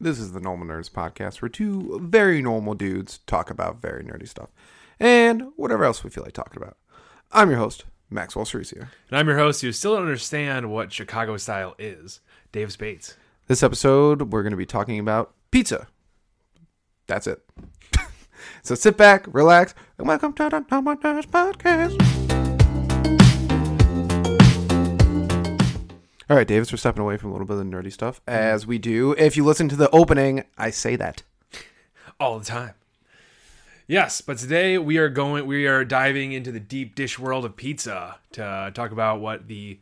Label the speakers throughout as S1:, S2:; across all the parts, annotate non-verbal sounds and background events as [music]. S1: This is the Normal Nerds podcast where two very normal dudes talk about very nerdy stuff and whatever else we feel like talking about. I'm your host, Maxwell Cerisio.
S2: And I'm your host who still don't understand what Chicago style is, Dave Spates.
S1: This episode, we're going to be talking about pizza. That's it. [laughs] so sit back, relax, and welcome to the Normal Nerds podcast. All right, Davis, we're stepping away from a little bit of the nerdy stuff as we do. If you listen to the opening, I say that.
S2: all the time. Yes, but today we are going we are diving into the deep dish world of pizza to talk about what the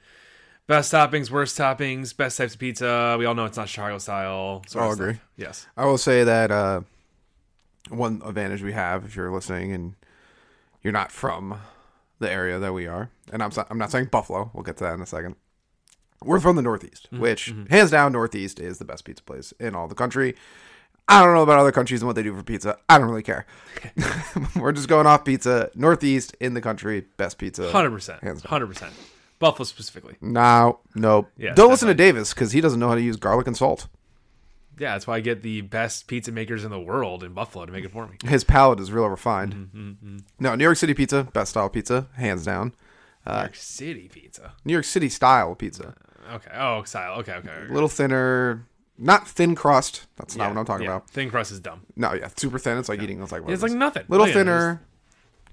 S2: best toppings, worst toppings, best types of pizza. We all know it's not Chicago style. sort
S1: I'll
S2: of stuff.
S1: Oh, agree.
S2: Yes.
S1: I will say that uh, one advantage we have if you're listening and you're not from the area that we are, and I'm, so- I'm not saying Buffalo, we'll get to that in a second. We're from the Northeast,
S2: Mm-hmm.
S1: which hands down, Northeast is the best pizza place in all the country. I don't know about other countries and what they do for pizza. I don't really care. [laughs] We're just going off pizza. Northeast in the country, best pizza.
S2: Hundred percent.
S1: Hands down.
S2: Hundred percent. Buffalo specifically.
S1: No, nope.
S2: Yeah,
S1: don't listen to Davis because he doesn't know how to use garlic and salt.
S2: Yeah, that's why I get the best pizza makers in the world in Buffalo to make it for me.
S1: His palate is real refined.
S2: Mm-hmm,
S1: No, New York City pizza, best style pizza, hands down.
S2: New York City pizza.
S1: New York City style pizza,
S2: Okay. Oh, style. Okay, okay. okay.
S1: a little thinner, not thin crust. That's not
S2: Yeah,
S1: what I'm talking
S2: yeah.
S1: about.
S2: Thin crust is dumb.
S1: No, yeah, super thin. It's like eating. It's like one of
S2: It's like
S1: those.
S2: nothing. Oh,
S1: Little
S2: Yeah,
S1: thinner,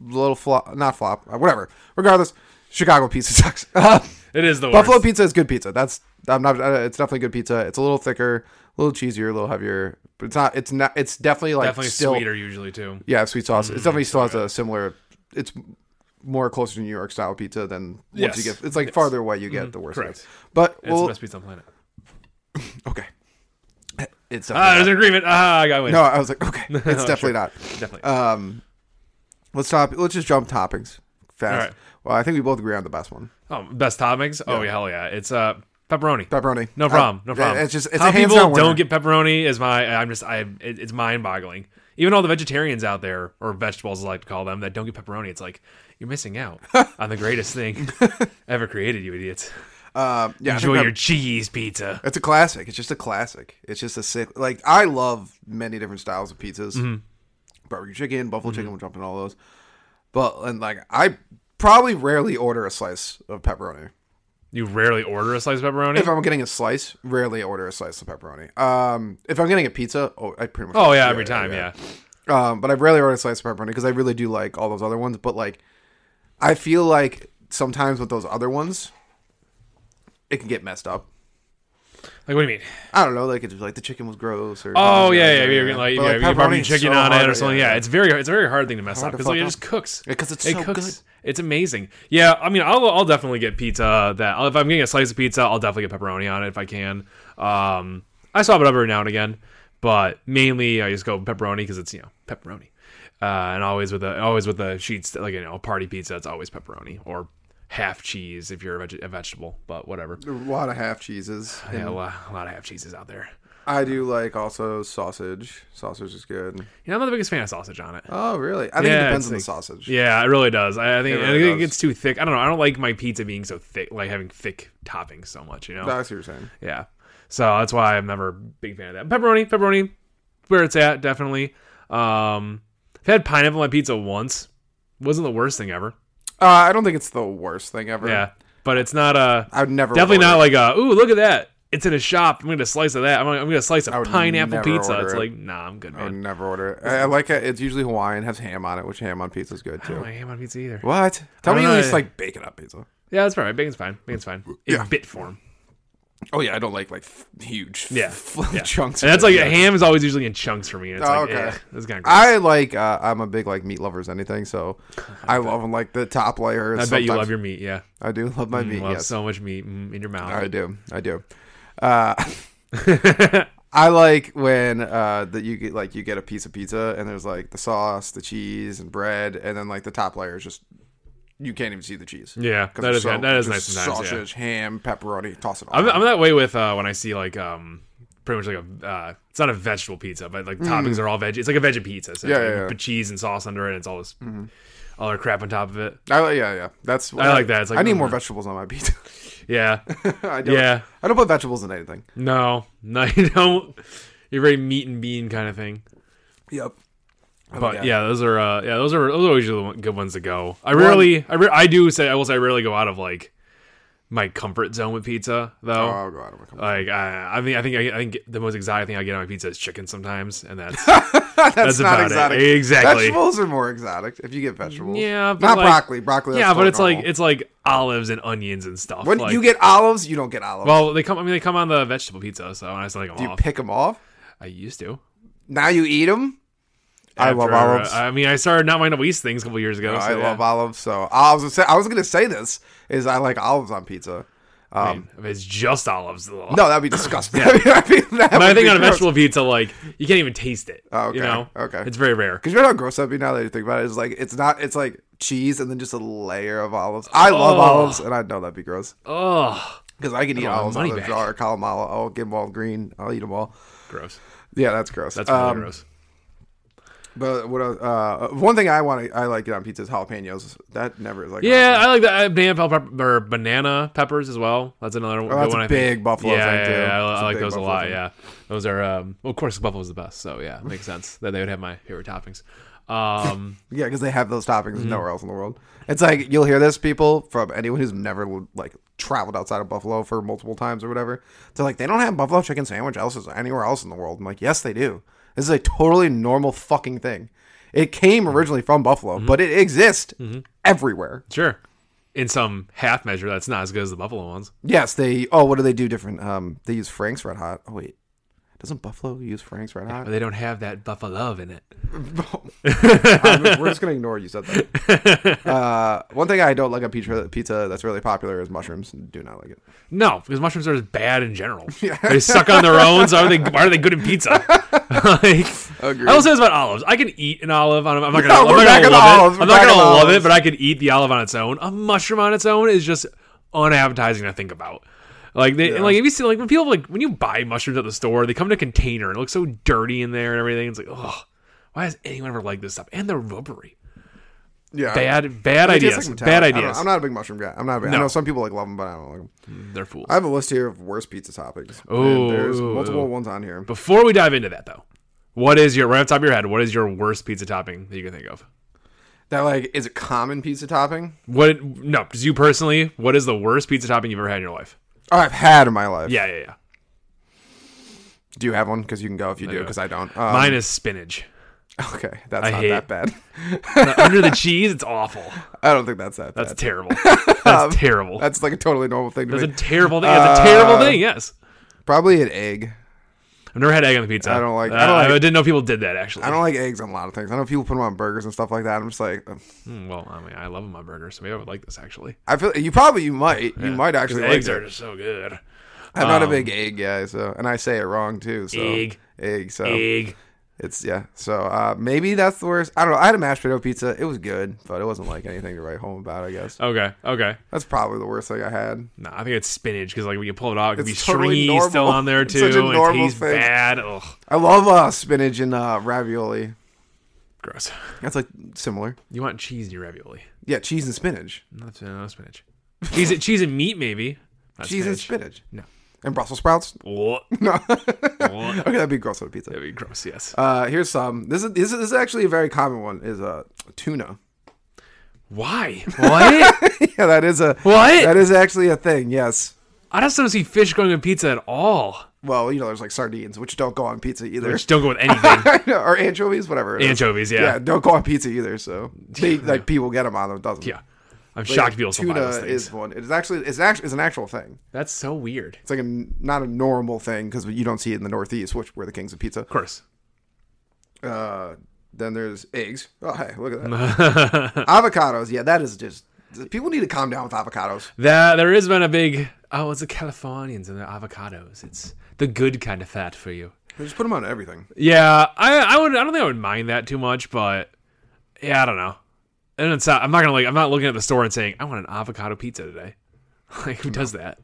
S1: little flop, not flop, uh, whatever. Regardless, Chicago pizza [laughs] sucks. Uh,
S2: It is the
S1: Buffalo
S2: worst.
S1: pizza is good pizza. That's I'm not. uh, It's definitely good pizza. It's a little thicker, a little cheesier, a little heavier. But it's not. It's not. It's definitely like
S2: Definitely
S1: still
S2: sweeter usually too.
S1: Yeah, sweet sauce.
S2: Mm,
S1: It definitely still has a similar. It's more closer to New York style pizza than once
S2: Yes. Mm-hmm.
S1: you get. It's like farther away you get, the worse.
S2: correct.
S1: It is. But
S2: It's
S1: well,
S2: the best pizza on the planet.
S1: okay. [laughs] It's
S2: Ah,
S1: definitely
S2: there's an agreement. Ah, I got win.
S1: not- uh, no. I was like, okay,
S2: [laughs]
S1: it's
S2: sure.
S1: definitely not.
S2: Definitely.
S1: Um, let's top. Let's just jump toppings fast.
S2: All right.
S1: Well, I think we both agree on the best one,
S2: oh, best toppings? Oh, yeah, hell yeah. It's uh pepperoni.
S1: pepperoni.
S2: no problem. No
S1: Uh,
S2: problem.
S1: It's just it's
S2: How
S1: a hands
S2: people
S1: down winner.
S2: don't get pepperoni is my I'm just I it, it's mind-boggling. Even all the vegetarians out there or vegetables as I like to call them that don't get pepperoni, it's like you're
S1: [laughs]
S2: missing out on the greatest thing ever created, you idiots.
S1: Um, yeah, I think
S2: Enjoy
S1: pep-
S2: your cheese pizza.
S1: It's a classic. It's just a classic. It's just a sick. Like I love many different styles of pizzas,
S2: Mm-hmm.
S1: barbecue chicken, buffalo chicken. We're jumping all those, but and like I probably rarely order a slice of pepperoni.
S2: You rarely order a slice of pepperoni.
S1: If I'm getting a slice, rarely order a slice of pepperoni. Um, if I'm getting a pizza, oh, I pretty much.
S2: oh yeah, every time, yeah.
S1: Um, but I rarely order a slice of pepperoni because I really do like all those other ones. But like, I feel like sometimes with those other ones, it can get messed up.
S2: Like what do you mean?
S1: I don't know, like it's like the chicken was gross or
S2: Oh yeah, yeah,
S1: But,
S2: yeah. Like, yeah,
S1: like,
S2: you barbecue
S1: pepperoni's
S2: chicken
S1: so
S2: on
S1: hard,
S2: it or something. Yeah, it's very it's a very hard thing to mess up
S1: to
S2: because like, it
S1: fuck
S2: just cooks.
S1: Because it's
S2: it
S1: so
S2: cooks.
S1: good.
S2: It's amazing. Yeah, I mean, I'll, I'll definitely get pizza. That if I'm getting a slice of pizza, I'll definitely get pepperoni on it if I can. Um, I swap it up every now and again, but mainly I just go pepperoni because it's you know pepperoni, uh, and always with a always with the sheets like you know a party pizza. It's always pepperoni or half cheese if you're a, veg- a vegetable, but whatever.
S1: A lot of half cheeses.
S2: Yeah, a lot, a lot of half cheeses out there.
S1: I do like also sausage. Sausage is good.
S2: You know, I'm not the biggest fan of sausage on it.
S1: Oh really? I think it
S2: Yeah,
S1: depends
S2: it's
S1: on the
S2: like-
S1: sausage.
S2: Yeah, it really does. I, I think
S1: It
S2: I
S1: really
S2: think it
S1: does.
S2: gets too thick. I don't know. I don't like my pizza being so thick, like having thick toppings so much. You know.
S1: That's what you're saying.
S2: Yeah. So that's why I'm never a big fan of that. Pepperoni, pepperoni, where it's at, definitely. Um, I've had pineapple on pizza once. Wasn't the worst thing ever.
S1: Uh, I don't think it's the worst thing ever.
S2: Yeah, but it's not a
S1: I would never
S2: definitely
S1: order
S2: not
S1: it.
S2: like a. Ooh, look at that! It's in a shop. I'm gonna get a slice of that. I'm gonna, I'm gonna slice a
S1: would
S2: pineapple
S1: never
S2: pizza.
S1: order
S2: It's
S1: it.
S2: like nah, I'm good,
S1: I would
S2: man.
S1: never order it. I, I like it. It's usually Hawaiian, has ham on it, which ham on pizza is good
S2: I
S1: too.
S2: don't like ham on pizza either.
S1: What? Tell
S2: I
S1: me
S2: don't
S1: you
S2: know.
S1: just like bacon on pizza.
S2: Yeah, that's probably right. Bacon's fine. Bacon's fine. In
S1: Yeah.
S2: bit form.
S1: Oh yeah, I don't like like f- huge f- [laughs]
S2: Yeah. Yeah.
S1: chunks.
S2: And
S1: of
S2: that's
S1: it.
S2: like a ham is always usually in chunks for me. And it's
S1: Oh,
S2: like,
S1: okay.
S2: eh, that's kind of gross.
S1: I like uh, I'm a big like meat lovers anything,
S2: [laughs]
S1: so I love them like the top layer.
S2: I, bet you love your meat. Yeah,
S1: I do love my meat.
S2: love
S1: Yes,
S2: so much meat mm, in your mouth.
S1: I do. I do. Uh, [laughs] I like when uh, that you get like you get a piece of pizza and there's like the sauce, the cheese, and bread, and then like the top layer is just you can't even see the cheese.
S2: [laughs] Yeah,
S1: 'Cause
S2: that
S1: it's
S2: is that is nice
S1: just
S2: sometimes. yeah.
S1: Sausage, ham, pepperoni, toss it all.
S2: I'm, I'm that way with uh, when I see like um pretty much like a uh, it's not a vegetable pizza, but like toppings are all veggie. It's like a veggie pizza. So
S1: Mm. Yeah,
S2: it's like
S1: yeah, Mm-hmm. yeah.
S2: Put cheese and sauce under it. and It's all this all our crap on top of it.
S1: I, yeah, yeah. That's I
S2: like that. It's like,
S1: I need
S2: mm.
S1: more vegetables on my pizza. [laughs]
S2: Yeah,
S1: I don't,
S2: yeah.
S1: I don't put vegetables in anything.
S2: No, no, [laughs] you don't. You're very meat and bean kind of thing.
S1: Yep. Oh,
S2: But yeah. those are uh, yeah, those are those are always the one- good ones to go. I rarely, I, re- I do say, I will say, I rarely go out of like my comfort zone with pizza
S1: Oh,
S2: though.
S1: I'll go out of my comfort.
S2: Like I, I mean, I think I, I think the most exotic thing I get on my pizza is chicken sometimes, and that's
S1: [laughs] That's,
S2: about it. Exactly.
S1: Vegetables are more exotic if you get vegetables.
S2: Yeah, but
S1: not
S2: like-
S1: broccoli. Broccoli.
S2: yeah,
S1: that's
S2: but
S1: totally
S2: it's like
S1: normal.
S2: it's like olives and onions and stuff.
S1: when
S2: like,
S1: you get olives, you don't get olives.
S2: well, they come. I mean, they come on the vegetable pizza, so I still like them
S1: you
S2: off.
S1: pick them off.
S2: I used to.
S1: Now you eat them. I love
S2: After,
S1: olives.
S2: uh, I mean, I started not minding these things a couple years ago.
S1: I
S2: so, yeah.
S1: love olives. So olives. was- I was gonna say this is I like olives on pizza.
S2: I mean, if it's just olives. Though.
S1: um, No, that'd be disgusting. [laughs] I mean, that
S2: but I
S1: would
S2: think
S1: be
S2: on a
S1: gross.
S2: vegetable pizza, like you can't even taste it.
S1: Oh, okay,
S2: You know,
S1: okay.
S2: it's very rare.
S1: Because you know how gross that'd be now that you think about it. It's like it's not. It's like cheese and then just a layer of olives. I love
S2: Oh.
S1: olives, and I know that'd be gross.
S2: Oh,
S1: Because I can eat
S2: want my
S1: olives out
S2: money
S1: of a
S2: back.
S1: jar, calamala. I'll get them all green. I'll eat them all.
S2: gross.
S1: Yeah, that's gross.
S2: That's really
S1: Um,
S2: gross.
S1: But what? else- Uh, one thing I want to I like it on pizza is jalapenos. That never is like
S2: Yeah, I like that uh, banana pepper, or banana peppers as well. That's another one-
S1: Oh,
S2: good
S1: that's
S2: one.
S1: a
S2: I think.
S1: big buffalo
S2: yeah,
S1: thing,
S2: yeah,
S1: too.
S2: yeah, I,
S1: It's
S2: I
S1: a
S2: like
S1: big
S2: those a
S1: buffalo
S2: lot.
S1: thing.
S2: Yeah, those are. Um, well, of course, buffalo's the best. So yeah, it makes sense that they would have my favorite toppings. Um,
S1: Yeah, because they have those toppings
S2: Mm-hmm.
S1: nowhere else in the world. It's like you'll hear this people from anyone who's never like traveled outside of Buffalo for multiple times or whatever. They're like, they don't have buffalo chicken sandwich else's anywhere else in the world. I'm like, yes, they do. This is a totally normal fucking thing. It came
S2: Mm-hmm.
S1: originally from Buffalo, but it exists everywhere.
S2: sure. In some half measure, that's not as good as the buffalo ones.
S1: Yes, they. Oh, what do they do different? Um, they use Frank's Red Hot. Oh wait, doesn't Buffalo use Frank's Red Hot?
S2: But they don't have that buffalo in it.
S1: I'm- we're just gonna ignore you said that. Uh, one thing I don't like on pizza, pizza that's really popular is mushrooms. Do not like it.
S2: No, because mushrooms are just bad
S1: [laughs]
S2: in general. They suck on their own. So are they? Why are they good in pizza? like,
S1: Agreed.
S2: I will say this about olives. I can eat an olive. On, I'm not gonna.
S1: No,
S2: I'm
S1: we're
S2: not
S1: back
S2: gonna
S1: on
S2: love it.
S1: olives. We're
S2: I'm not
S1: back
S2: gonna
S1: on
S2: love
S1: olives.
S2: it, but I can eat the olive on its own. A mushroom on its own is just unappetizing to think about. Like they, and like if you see like when people like when you buy mushrooms at the store, they come in a container and it looks so dirty in there and everything. It's like, oh, why does anyone ever like this stuff? And they're rubbery.
S1: Yeah,
S2: Bad, bad
S1: It tastes
S2: ideas.
S1: like metallic.
S2: bad
S1: I don't know.
S2: ideas.
S1: I'm not a big mushroom guy. I'm not. A big, I
S2: No.
S1: know some people like love them, but I don't like them.
S2: They're fools.
S1: I have a list here of worst pizza toppings. and
S2: Ooh.
S1: there's multiple ones on here.
S2: Before we dive into that, though, what is your right off the top of your head? What is your worst pizza topping that you can think of?
S1: That like is a common pizza topping.
S2: What? No, just you personally. What is the worst pizza topping you've ever had in your life?
S1: Oh, I've had in my life.
S2: Yeah, yeah, yeah.
S1: Do you have one? Because you can go if you do. Because I don't. Um,
S2: Mine is spinach.
S1: [laughs] Okay, that's
S2: I
S1: not
S2: hate-
S1: that bad.
S2: [laughs] Under the cheese, it's awful.
S1: I don't think that's that.
S2: That's
S1: bad. [laughs]
S2: terrible. That's terrible.
S1: That's Uh, like a totally normal thing to
S2: That's a
S1: me.
S2: terrible thing. That's a terrible thing. Yes,
S1: Probably an egg.
S2: I've never had egg on the pizza.
S1: I don't like-
S2: Uh,
S1: I
S2: I,
S1: don't like-
S2: didn't know people did that actually.
S1: I don't like eggs on a lot of things. I know people put them on burgers and stuff like that. I'm just like, ugh.
S2: Hmm, well, I mean, I love them on burgers, so maybe I would like this actually.
S1: I feel you probably you might you might actually like
S2: Eggs
S1: it.
S2: are just so good.
S1: I'm not a big egg guy, so and I say it wrong too. So
S2: Egg.
S1: egg. So
S2: Egg.
S1: it's yeah. So uh, maybe that's the worst. I don't know. I had a mashed potato pizza. It was good, but it wasn't like anything to write home about. I guess
S2: Okay. Okay.
S1: that's probably the worst thing I had.
S2: No, I think it's spinach because like when you pull it out, it could be
S1: It's totally
S2: stringy
S1: normal.
S2: still on there
S1: It's
S2: too.
S1: such a
S2: and it
S1: normal
S2: tastes
S1: thing.
S2: bad. Ugh,
S1: I love uh, spinach and uh, ravioli.
S2: gross.
S1: That's like similar.
S2: You want cheese in your ravioli?
S1: Yeah, cheese and spinach.
S2: Not no spinach. Cheese, cheese and meat maybe. Not
S1: Cheese and spinach.
S2: No.
S1: And Brussels sprouts. [laughs]
S2: no.
S1: Okay, that'd be gross on a pizza.
S2: That'd be gross. Yes.
S1: Uh, here's some. This is this is, this is actually a very common one. Is uh, tuna. [laughs]
S2: Why? What?
S1: yeah, that is a
S2: What?
S1: That is actually a thing. Yes.
S2: I just don't see fish going on pizza at all.
S1: Well, you know, there's like sardines, which don't go on pizza either, [laughs]
S2: Which don't go with anything. [laughs]
S1: or anchovies, whatever. it is.
S2: Anchovies. Yeah.
S1: Yeah,
S2: Yeah.
S1: don't go on pizza either.
S2: [laughs]
S1: So they, like people get them on them. it Doesn't.
S2: I'm
S1: Like,
S2: shocked people still buy
S1: tuna
S2: those things.
S1: is one. It's actually it's actually it's an actual thing.
S2: That's so weird.
S1: It's like a n not a normal thing because you don't see it in the Northeast, which we're the kings of pizza.
S2: Of course.
S1: Uh, then there's eggs. Oh, hey, look at that.
S2: [laughs]
S1: avocados. Yeah, that is just people need to calm down with avocados.
S2: That there has been a big oh, it's the Californians and the avocados. It's the good kind of fat for you.
S1: They just put them on everything.
S2: Yeah, I I would I don't think I would mind that too much, but yeah, I don't know. And it's not, I'm [laughs] not gonna like I'm not looking at the store and saying I want an avocado pizza today. Like who does that?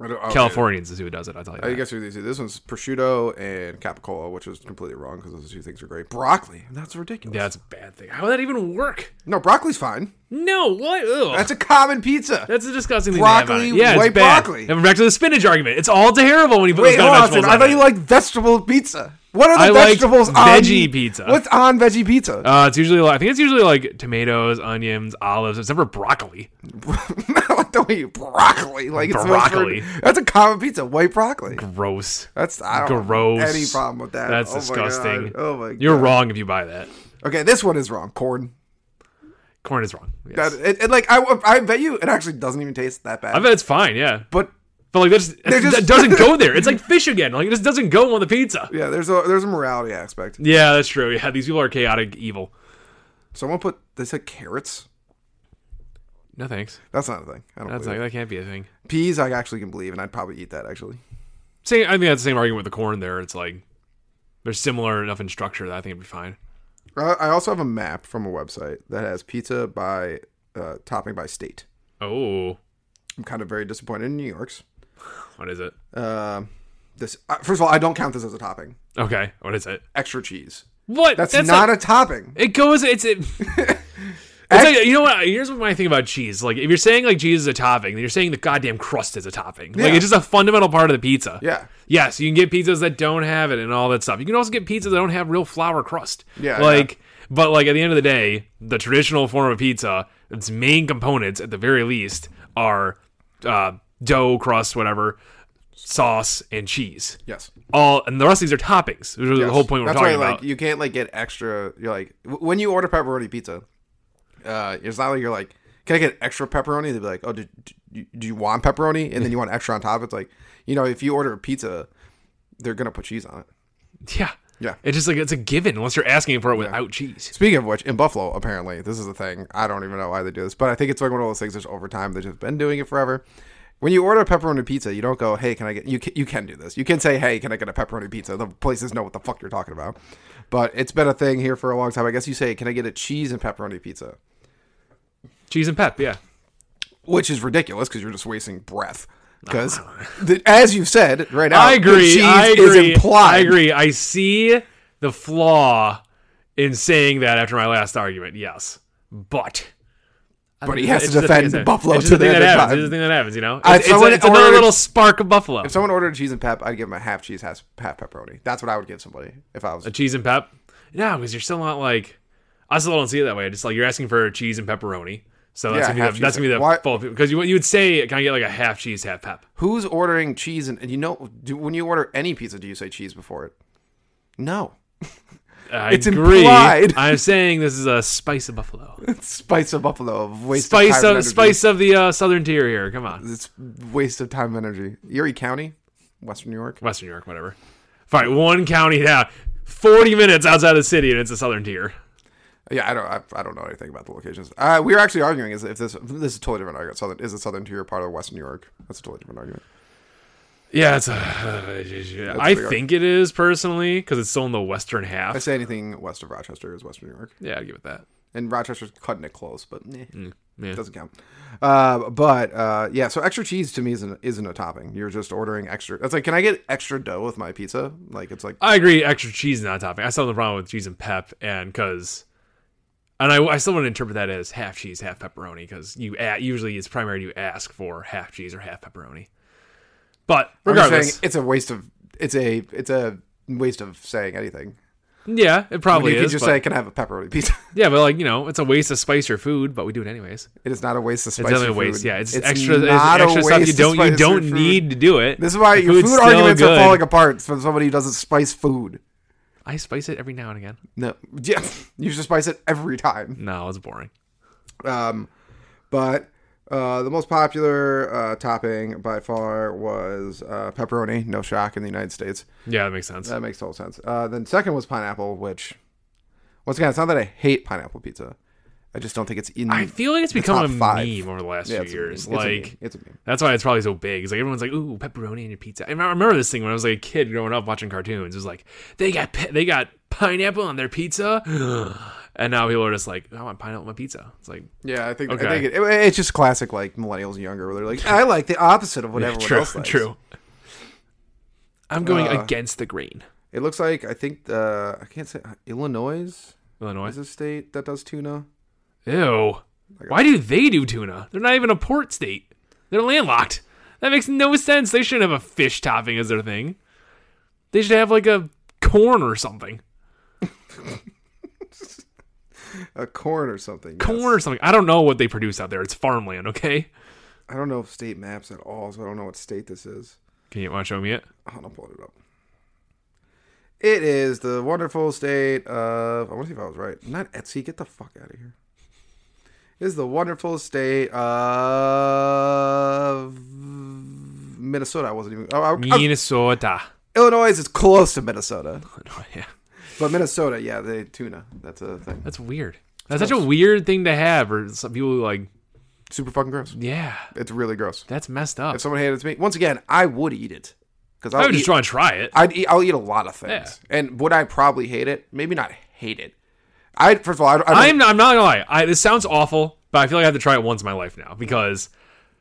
S1: I don't- okay.
S2: Californians is who does it. I tell you.
S1: I
S2: that.
S1: guess who these two. This one's prosciutto and capicola, which is completely wrong because those two things are great. Broccoli. That's ridiculous.
S2: That's a bad thing. How would that even work?
S1: No, broccoli's fine.
S2: No, what?
S1: [laughs]
S2: Ugh.
S1: That's a common pizza.
S2: That's a disgusting thing. to have on it.
S1: Broccoli,
S2: Yeah, it's
S1: white
S2: bad.
S1: broccoli.
S2: And we're back to the spinach argument. It's all terrible when you put
S1: Wait,
S2: those kind
S1: hold
S2: of
S1: on. a
S2: vegetables
S1: second. I
S2: on
S1: thought
S2: it.
S1: you liked vegetable pizza. What are the
S2: I like
S1: vegetables on
S2: veggie pizza.
S1: What's on veggie pizza?
S2: Uh, it's usually like, I think it's usually like tomatoes, onions, olives. It's never broccoli.
S1: [laughs] I like the way you broccoli. Like it's the most
S2: Broccoli.
S1: weird- That's a common pizza. White broccoli. [laughs]
S2: Gross.
S1: That's I don't
S2: Gross.
S1: Have any problem with that?
S2: That's
S1: Oh my
S2: disgusting.
S1: God. Oh my. God.
S2: You're wrong if you buy that.
S1: okay, this one is wrong. Corn.
S2: Corn is wrong. Yes.
S1: That it, it, like I, I bet you it actually doesn't even taste that bad.
S2: I bet it's fine. Yeah,
S1: but
S2: but like that's,
S1: They're just-
S2: that doesn't
S1: [laughs]
S2: go there. It's like fish again. Like it just doesn't go on the pizza.
S1: yeah, there's a there's a morality aspect.
S2: Yeah, that's true. Yeah, these people are chaotic evil.
S1: Someone put they said carrots.
S2: No thanks.
S1: That's not a thing. I don't
S2: That's
S1: believe
S2: like that can't be a thing.
S1: it. peas. I actually can believe, and I'd probably eat that actually.
S2: Same. I think that's the same argument with the corn. There, it's like they're similar enough in structure that I think it'd be fine.
S1: Uh, I also have a map from a website that has pizza by uh, topping by state.
S2: Oh,
S1: I'm kind of very disappointed in New York's.
S2: what is it?
S1: Um this uh, first of all, I don't count this as a topping.
S2: Okay, what is it?
S1: Extra cheese.
S2: What?
S1: That's, not a topping.
S2: It goes.
S1: [laughs]
S2: It's it. It's like, you know what? Here's what I think about cheese. Like, if you're saying like cheese is a topping, then you're saying the goddamn crust is a topping. Like,
S1: Yeah.
S2: it's just a fundamental part of the pizza.
S1: Yeah.
S2: Yes, you can get pizzas that don't have it and all that stuff. You can also get pizzas that don't have real flour crust.
S1: Yeah,
S2: Like, but like at the end of the day, the traditional form of pizza, its main components at the very least are uh, dough, crust, whatever, sauce, and cheese.
S1: Yes.
S2: All and the rest of these are toppings. Which is the whole point we're
S1: That's
S2: talking
S1: why,
S2: about.
S1: like, you can't like get extra. You're like w- when you order pepperoni pizza, uh, it's not like you're like, can I get extra pepperoni? They'd be like, oh, do, do, do you want pepperoni? And then you want extra on top. It's like, you know, if you order a pizza, they're gonna put cheese on it.
S2: yeah.
S1: Yeah.
S2: It's just like it's a given unless you're asking for it without cheese.
S1: Speaking of which, in Buffalo, apparently this is a thing. I don't even know why they do this, but I think it's like one of those things. There's over time they've just been doing it forever. When you order a pepperoni pizza, you don't go, "Hey, can I get?" You can, you can do this. You can say, "Hey, can I get a pepperoni pizza?" The places know what the fuck you're talking about. But it's been a thing here for a long time. I guess you say, "Can I get a cheese and pepperoni pizza?"
S2: Cheese and pep, yeah.
S1: Which is ridiculous because you're just wasting breath. Because [laughs] as you've said right now,
S2: I
S1: the
S2: agree.
S1: Cheese
S2: I agree.
S1: is implied.
S2: I agree. I see the flaw in saying that after my last argument. Yes, but
S1: But he has
S2: It's
S1: to
S2: just a thing
S1: defend
S2: that-
S1: Buffalo
S2: it's
S1: to
S2: just a
S1: the
S2: thing
S1: end
S2: that
S1: of
S2: happens.
S1: time.
S2: It's just a thing that happens. You know,
S1: I-
S2: it's, it's,
S1: someone
S2: it's another
S1: ordered-
S2: little spark of Buffalo.
S1: If someone ordered cheese and pep, I'd give them a half cheese, half, half pepperoni. That's what I would give somebody if I was
S2: A cheese and pep. No, because you're still not like. I still don't see it that way. Just like you're asking for cheese and pepperoni. So that's
S1: Yeah,
S2: gonna
S1: half
S2: be the,
S1: cheese
S2: that's gonna be the
S1: and- why-
S2: full because you you would say can I get like a half cheese half pep?
S1: Who's ordering cheese and, and you know do, when you order any pizza do you say cheese before it? No. [laughs]
S2: I
S1: It's
S2: agree.
S1: implied.
S2: I'm saying this is a spice of buffalo.
S1: Spice of buffalo of waste of
S2: Spice
S1: time and
S2: of
S1: energy.
S2: spice of the uh, southern tier here. Come on.
S1: It's waste of time and energy. Erie County, Western New York.
S2: Western New York, whatever. Fine, one county down, forty minutes outside of the city, and it's a southern tier.
S1: Yeah, I don't I, I don't know anything about the locations. Uh, we were actually arguing is if this this is a totally different argument. Southern is a southern tier part of Western New York. That's a totally different argument.
S2: Yeah, [sighs] it's. A, I
S1: big
S2: think it is personally because it's still in the western
S1: I
S2: half.
S1: say anything west of Rochester is Western New York.
S2: Yeah, I give it that.
S1: And Rochester's cutting it close, but eh,
S2: Yeah.
S1: doesn't count. Uh, but uh, yeah, so extra cheese to me isn't isn't a topping. You're just ordering extra. It's like, can I get extra dough with my pizza? Like, it's like
S2: I agree. Extra cheese is not a topping. I still have the problem with cheese and pep, and because, and I, I still want to interpret that as half cheese, half pepperoni, because you a usually it's primary you ask for half cheese or half pepperoni. But
S1: I'm just
S2: regardless,
S1: saying it's a waste of it's a it's a waste of saying anything.
S2: yeah, it
S1: I mean,
S2: probably
S1: you could
S2: is.
S1: just
S2: but-
S1: say, can I have a pepperoni pizza? [laughs]
S2: yeah, but like you know, it's a waste to spice your food, but we do it anyways.
S1: it is not a waste of spice.
S2: It's definitely a
S1: your
S2: waste.
S1: food.
S2: Yeah, it's, extra. It's
S1: not a
S2: extra stuff you
S1: waste to
S2: don't you
S1: spice your
S2: don't
S1: food.
S2: need to do it.
S1: This is why
S2: The
S1: your
S2: food's
S1: food
S2: still
S1: arguments are
S2: good.
S1: falling apart from somebody who doesn't spice food.
S2: I spice it every now and again.
S1: No, [laughs] yeah, you should spice it every time.
S2: No, it's boring.
S1: Um, but uh, the most popular uh, topping by far was uh, pepperoni. No shock in the United States.
S2: Yeah, that makes sense.
S1: That makes total sense. Uh, then second was pineapple, which once again, it's not that I hate pineapple pizza. I just don't think it's in.
S2: I feel like it's
S1: the
S2: become a
S1: top five.
S2: meme over the last
S1: Yeah,
S2: few
S1: it's a meme. It's a
S2: years.
S1: meme.
S2: like
S1: it's a meme.
S2: That's why it's probably so big. It's like everyone's like, "Ooh, pepperoni on your pizza." I remember- I remember this thing when I was like a kid growing up watching cartoons. It was like they got pe- they got pineapple on their pizza, [sighs] and now people are just like, "I want pineapple on my pizza." It's like
S1: Yeah, I think
S2: Okay.
S1: I think it, it- it's just classic like millennials and younger where they're
S2: [laughs]
S1: like, I like the opposite of what everyone
S2: true,
S1: else likes.
S2: true. I'm going
S1: Uh,
S2: against the grain.
S1: It looks like I think uh, I can't say Illinois is
S2: Illinois.
S1: a state that does tuna.
S2: Ew. Why do they do tuna? They're not even a port state. They're landlocked. That makes no sense. They shouldn't have a fish topping as their thing. They should have like a corn or something.
S1: A corn or something. yes.
S2: corn or something. I don't know what they produce out there. It's farmland, okay?
S1: I don't know of state maps at all, so I don't know what state this is.
S2: Can you want to show me it?
S1: Hold on, pull it up. It is the wonderful state of. I want to see if I was right. Not Etsy. Get the fuck out of here. It is the wonderful state of Minnesota. I wasn't even. Oh, I, I-
S2: Minnesota.
S1: Illinois is close to Minnesota,
S2: Oh, yeah.
S1: but Minnesota, yeah, they tuna. That's a thing.
S2: That's weird. That's such a weird thing to have. Or some people who like,
S1: Super fucking gross.
S2: yeah,
S1: It's really gross.
S2: that's messed up.
S1: If someone handed it to me, once again, I would eat it because
S2: I
S1: I'll
S2: would
S1: eat
S2: just try and try it.
S1: I'd eat, I'll eat a lot of things. And would I probably hate it? Maybe not hate it. I first of all, I, don't- I don't-
S2: I'm not, I'm not gonna lie. I, this sounds awful, but I feel like I have to try it once in my life now because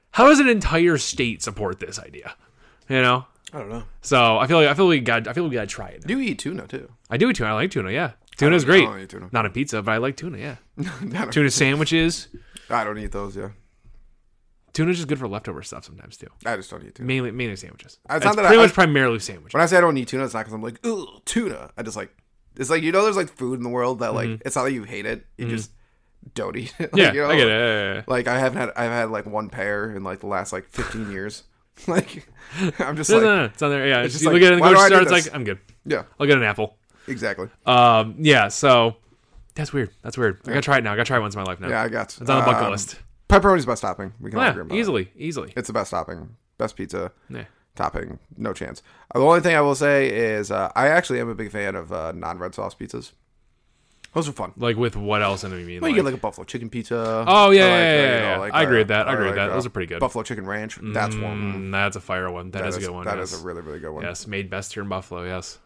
S2: how does an entire state support this idea? You know.
S1: I don't know.
S2: So I feel like I feel like we got I feel like we gotta try it.
S1: You eat tuna too. [laughs]
S2: I do tuna. I like tuna. Yeah, tuna is great.
S1: I don't eat tuna.
S2: Not a pizza, but I like tuna. Yeah,
S1: I don't,
S2: tuna sandwiches.
S1: I don't eat those. Yeah,
S2: Tuna's just good for leftover stuff sometimes too.
S1: I just don't eat tuna.
S2: Mainly, mainly sandwiches.
S1: not
S2: It's
S1: that I-
S2: pretty
S1: I-
S2: much primarily sandwiches.
S1: When I say I don't eat tuna, it's not because I'm like ooh tuna. I just like it's like you know, there's like food in the world that like it's not that you hate it. You just don't eat it. [laughs] Like,
S2: Mm-hmm. Yeah,
S1: you know,
S2: I get it. Yeah, yeah, yeah.
S1: Like I haven't had I've had like one pear in like the last like 15 years. [laughs] like I'm just
S2: No, no,
S1: like
S2: no, it's on there. Yeah,
S1: It's
S2: just
S1: just
S2: you look
S1: like,
S2: at it in the
S1: why do
S2: grocery
S1: I do
S2: store. It's
S1: this?
S2: like I'm good.
S1: yeah,
S2: I'll get an apple.
S1: exactly.
S2: Um, yeah. So that's weird. That's weird. I gotta try it now. I gotta try it once in my life now.
S1: Yeah, I got
S2: it's on the bucket list.
S1: Pepperoni's best topping. We can all
S2: Yeah,
S1: agree on that.
S2: easily, easily.
S1: Um, It's the best topping. Best pizza.
S2: Yeah.
S1: topping. No chance. Uh, the only thing I will say is uh, I actually am a big fan of uh, non-red sauce pizzas. Those are fun.
S2: Like with what else? And I mean,
S1: Well, you
S2: like,
S1: get like a buffalo chicken pizza.
S2: Oh,
S1: or,
S2: yeah, yeah,
S1: uh,
S2: yeah, yeah. I agree with that. I
S1: or, uh,
S2: agree with that. Those are pretty good.
S1: Buffalo chicken ranch. That's one.
S2: mm, that's a fire one. that is,
S1: That
S2: a good one.
S1: That
S2: yes.
S1: is a really really good one.
S2: yes, made best here in Buffalo. Yes.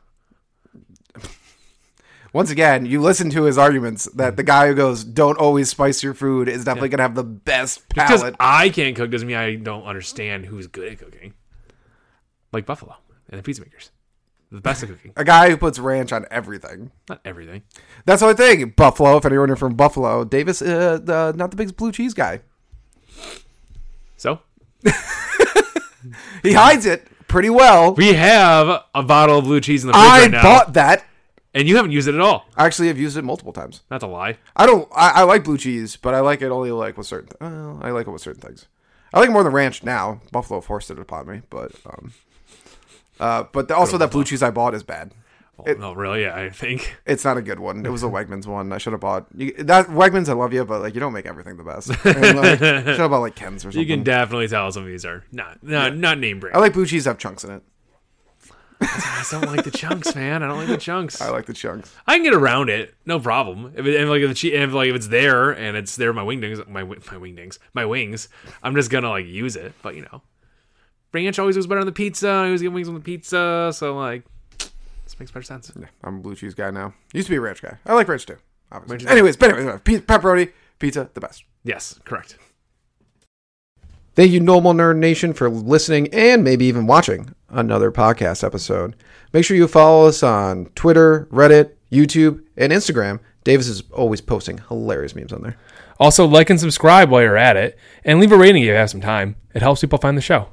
S1: Once again, you listen to his arguments that the guy who goes "Don't always spice your food" is definitely gonna have the best
S2: Because
S1: palate.
S2: I can't cook doesn't mean I don't understand who's good at cooking. Like Buffalo and the pizza makers, the best
S1: [laughs]
S2: at cooking.
S1: A guy who puts ranch on everything.
S2: Not everything.
S1: That's the only thing. Buffalo. If anyone are from Buffalo, Davis, uh, the, not the biggest blue cheese guy.
S2: So
S1: He hides it pretty well.
S2: We have a bottle of blue cheese in the fridge
S1: I
S2: right now,
S1: bought that.
S2: and you haven't used it at all.
S1: I actually have used it multiple times.
S2: That's a lie.
S1: I don't. I, I like blue cheese, but I like it only like with certain. Th- well, I like it with certain things. I like it more than ranch now. Buffalo forced it upon me, but um, uh, but the, also that blue cheese I bought is bad.
S2: Oh, no, really, yeah, I think.
S1: [laughs] It's not a good one. It was
S2: [laughs]
S1: a Wegmans one. I should have bought you, that Wegmans. I love you, but like you don't make everything the best. And,
S2: [laughs]
S1: like, should have bought like Ken's or something.
S2: You can definitely tell some of these are not not, not name brand.
S1: I like blue cheese that have chunks in it.
S2: I just don't like the chunks, man. I don't like the chunks.
S1: [laughs] I
S2: I,
S1: like the chunks.
S2: can get around it, no problem. If it, and like if, the che- if like if it's there and it's there, my wingdings, my wi- my wingdings, my wings. I'm just gonna like use it, but you know, ranch always was better on the pizza. I always get wings on the pizza, so like this makes better sense.
S1: Yeah, I'm a blue cheese guy now. Used to be a ranch guy. I like ranch too. Obviously. anyways, but anyways, pe- pepperoni pizza the best.
S2: Yes, correct.
S1: Thank you, Normal Nerd Nation, for listening and maybe even watching another podcast episode. Make sure you follow us on Twitter, Reddit, YouTube, and Instagram. Davis is always posting hilarious memes on there.
S2: Also, like and subscribe while you're at it, and leave a rating if you have some time. It helps people find the show.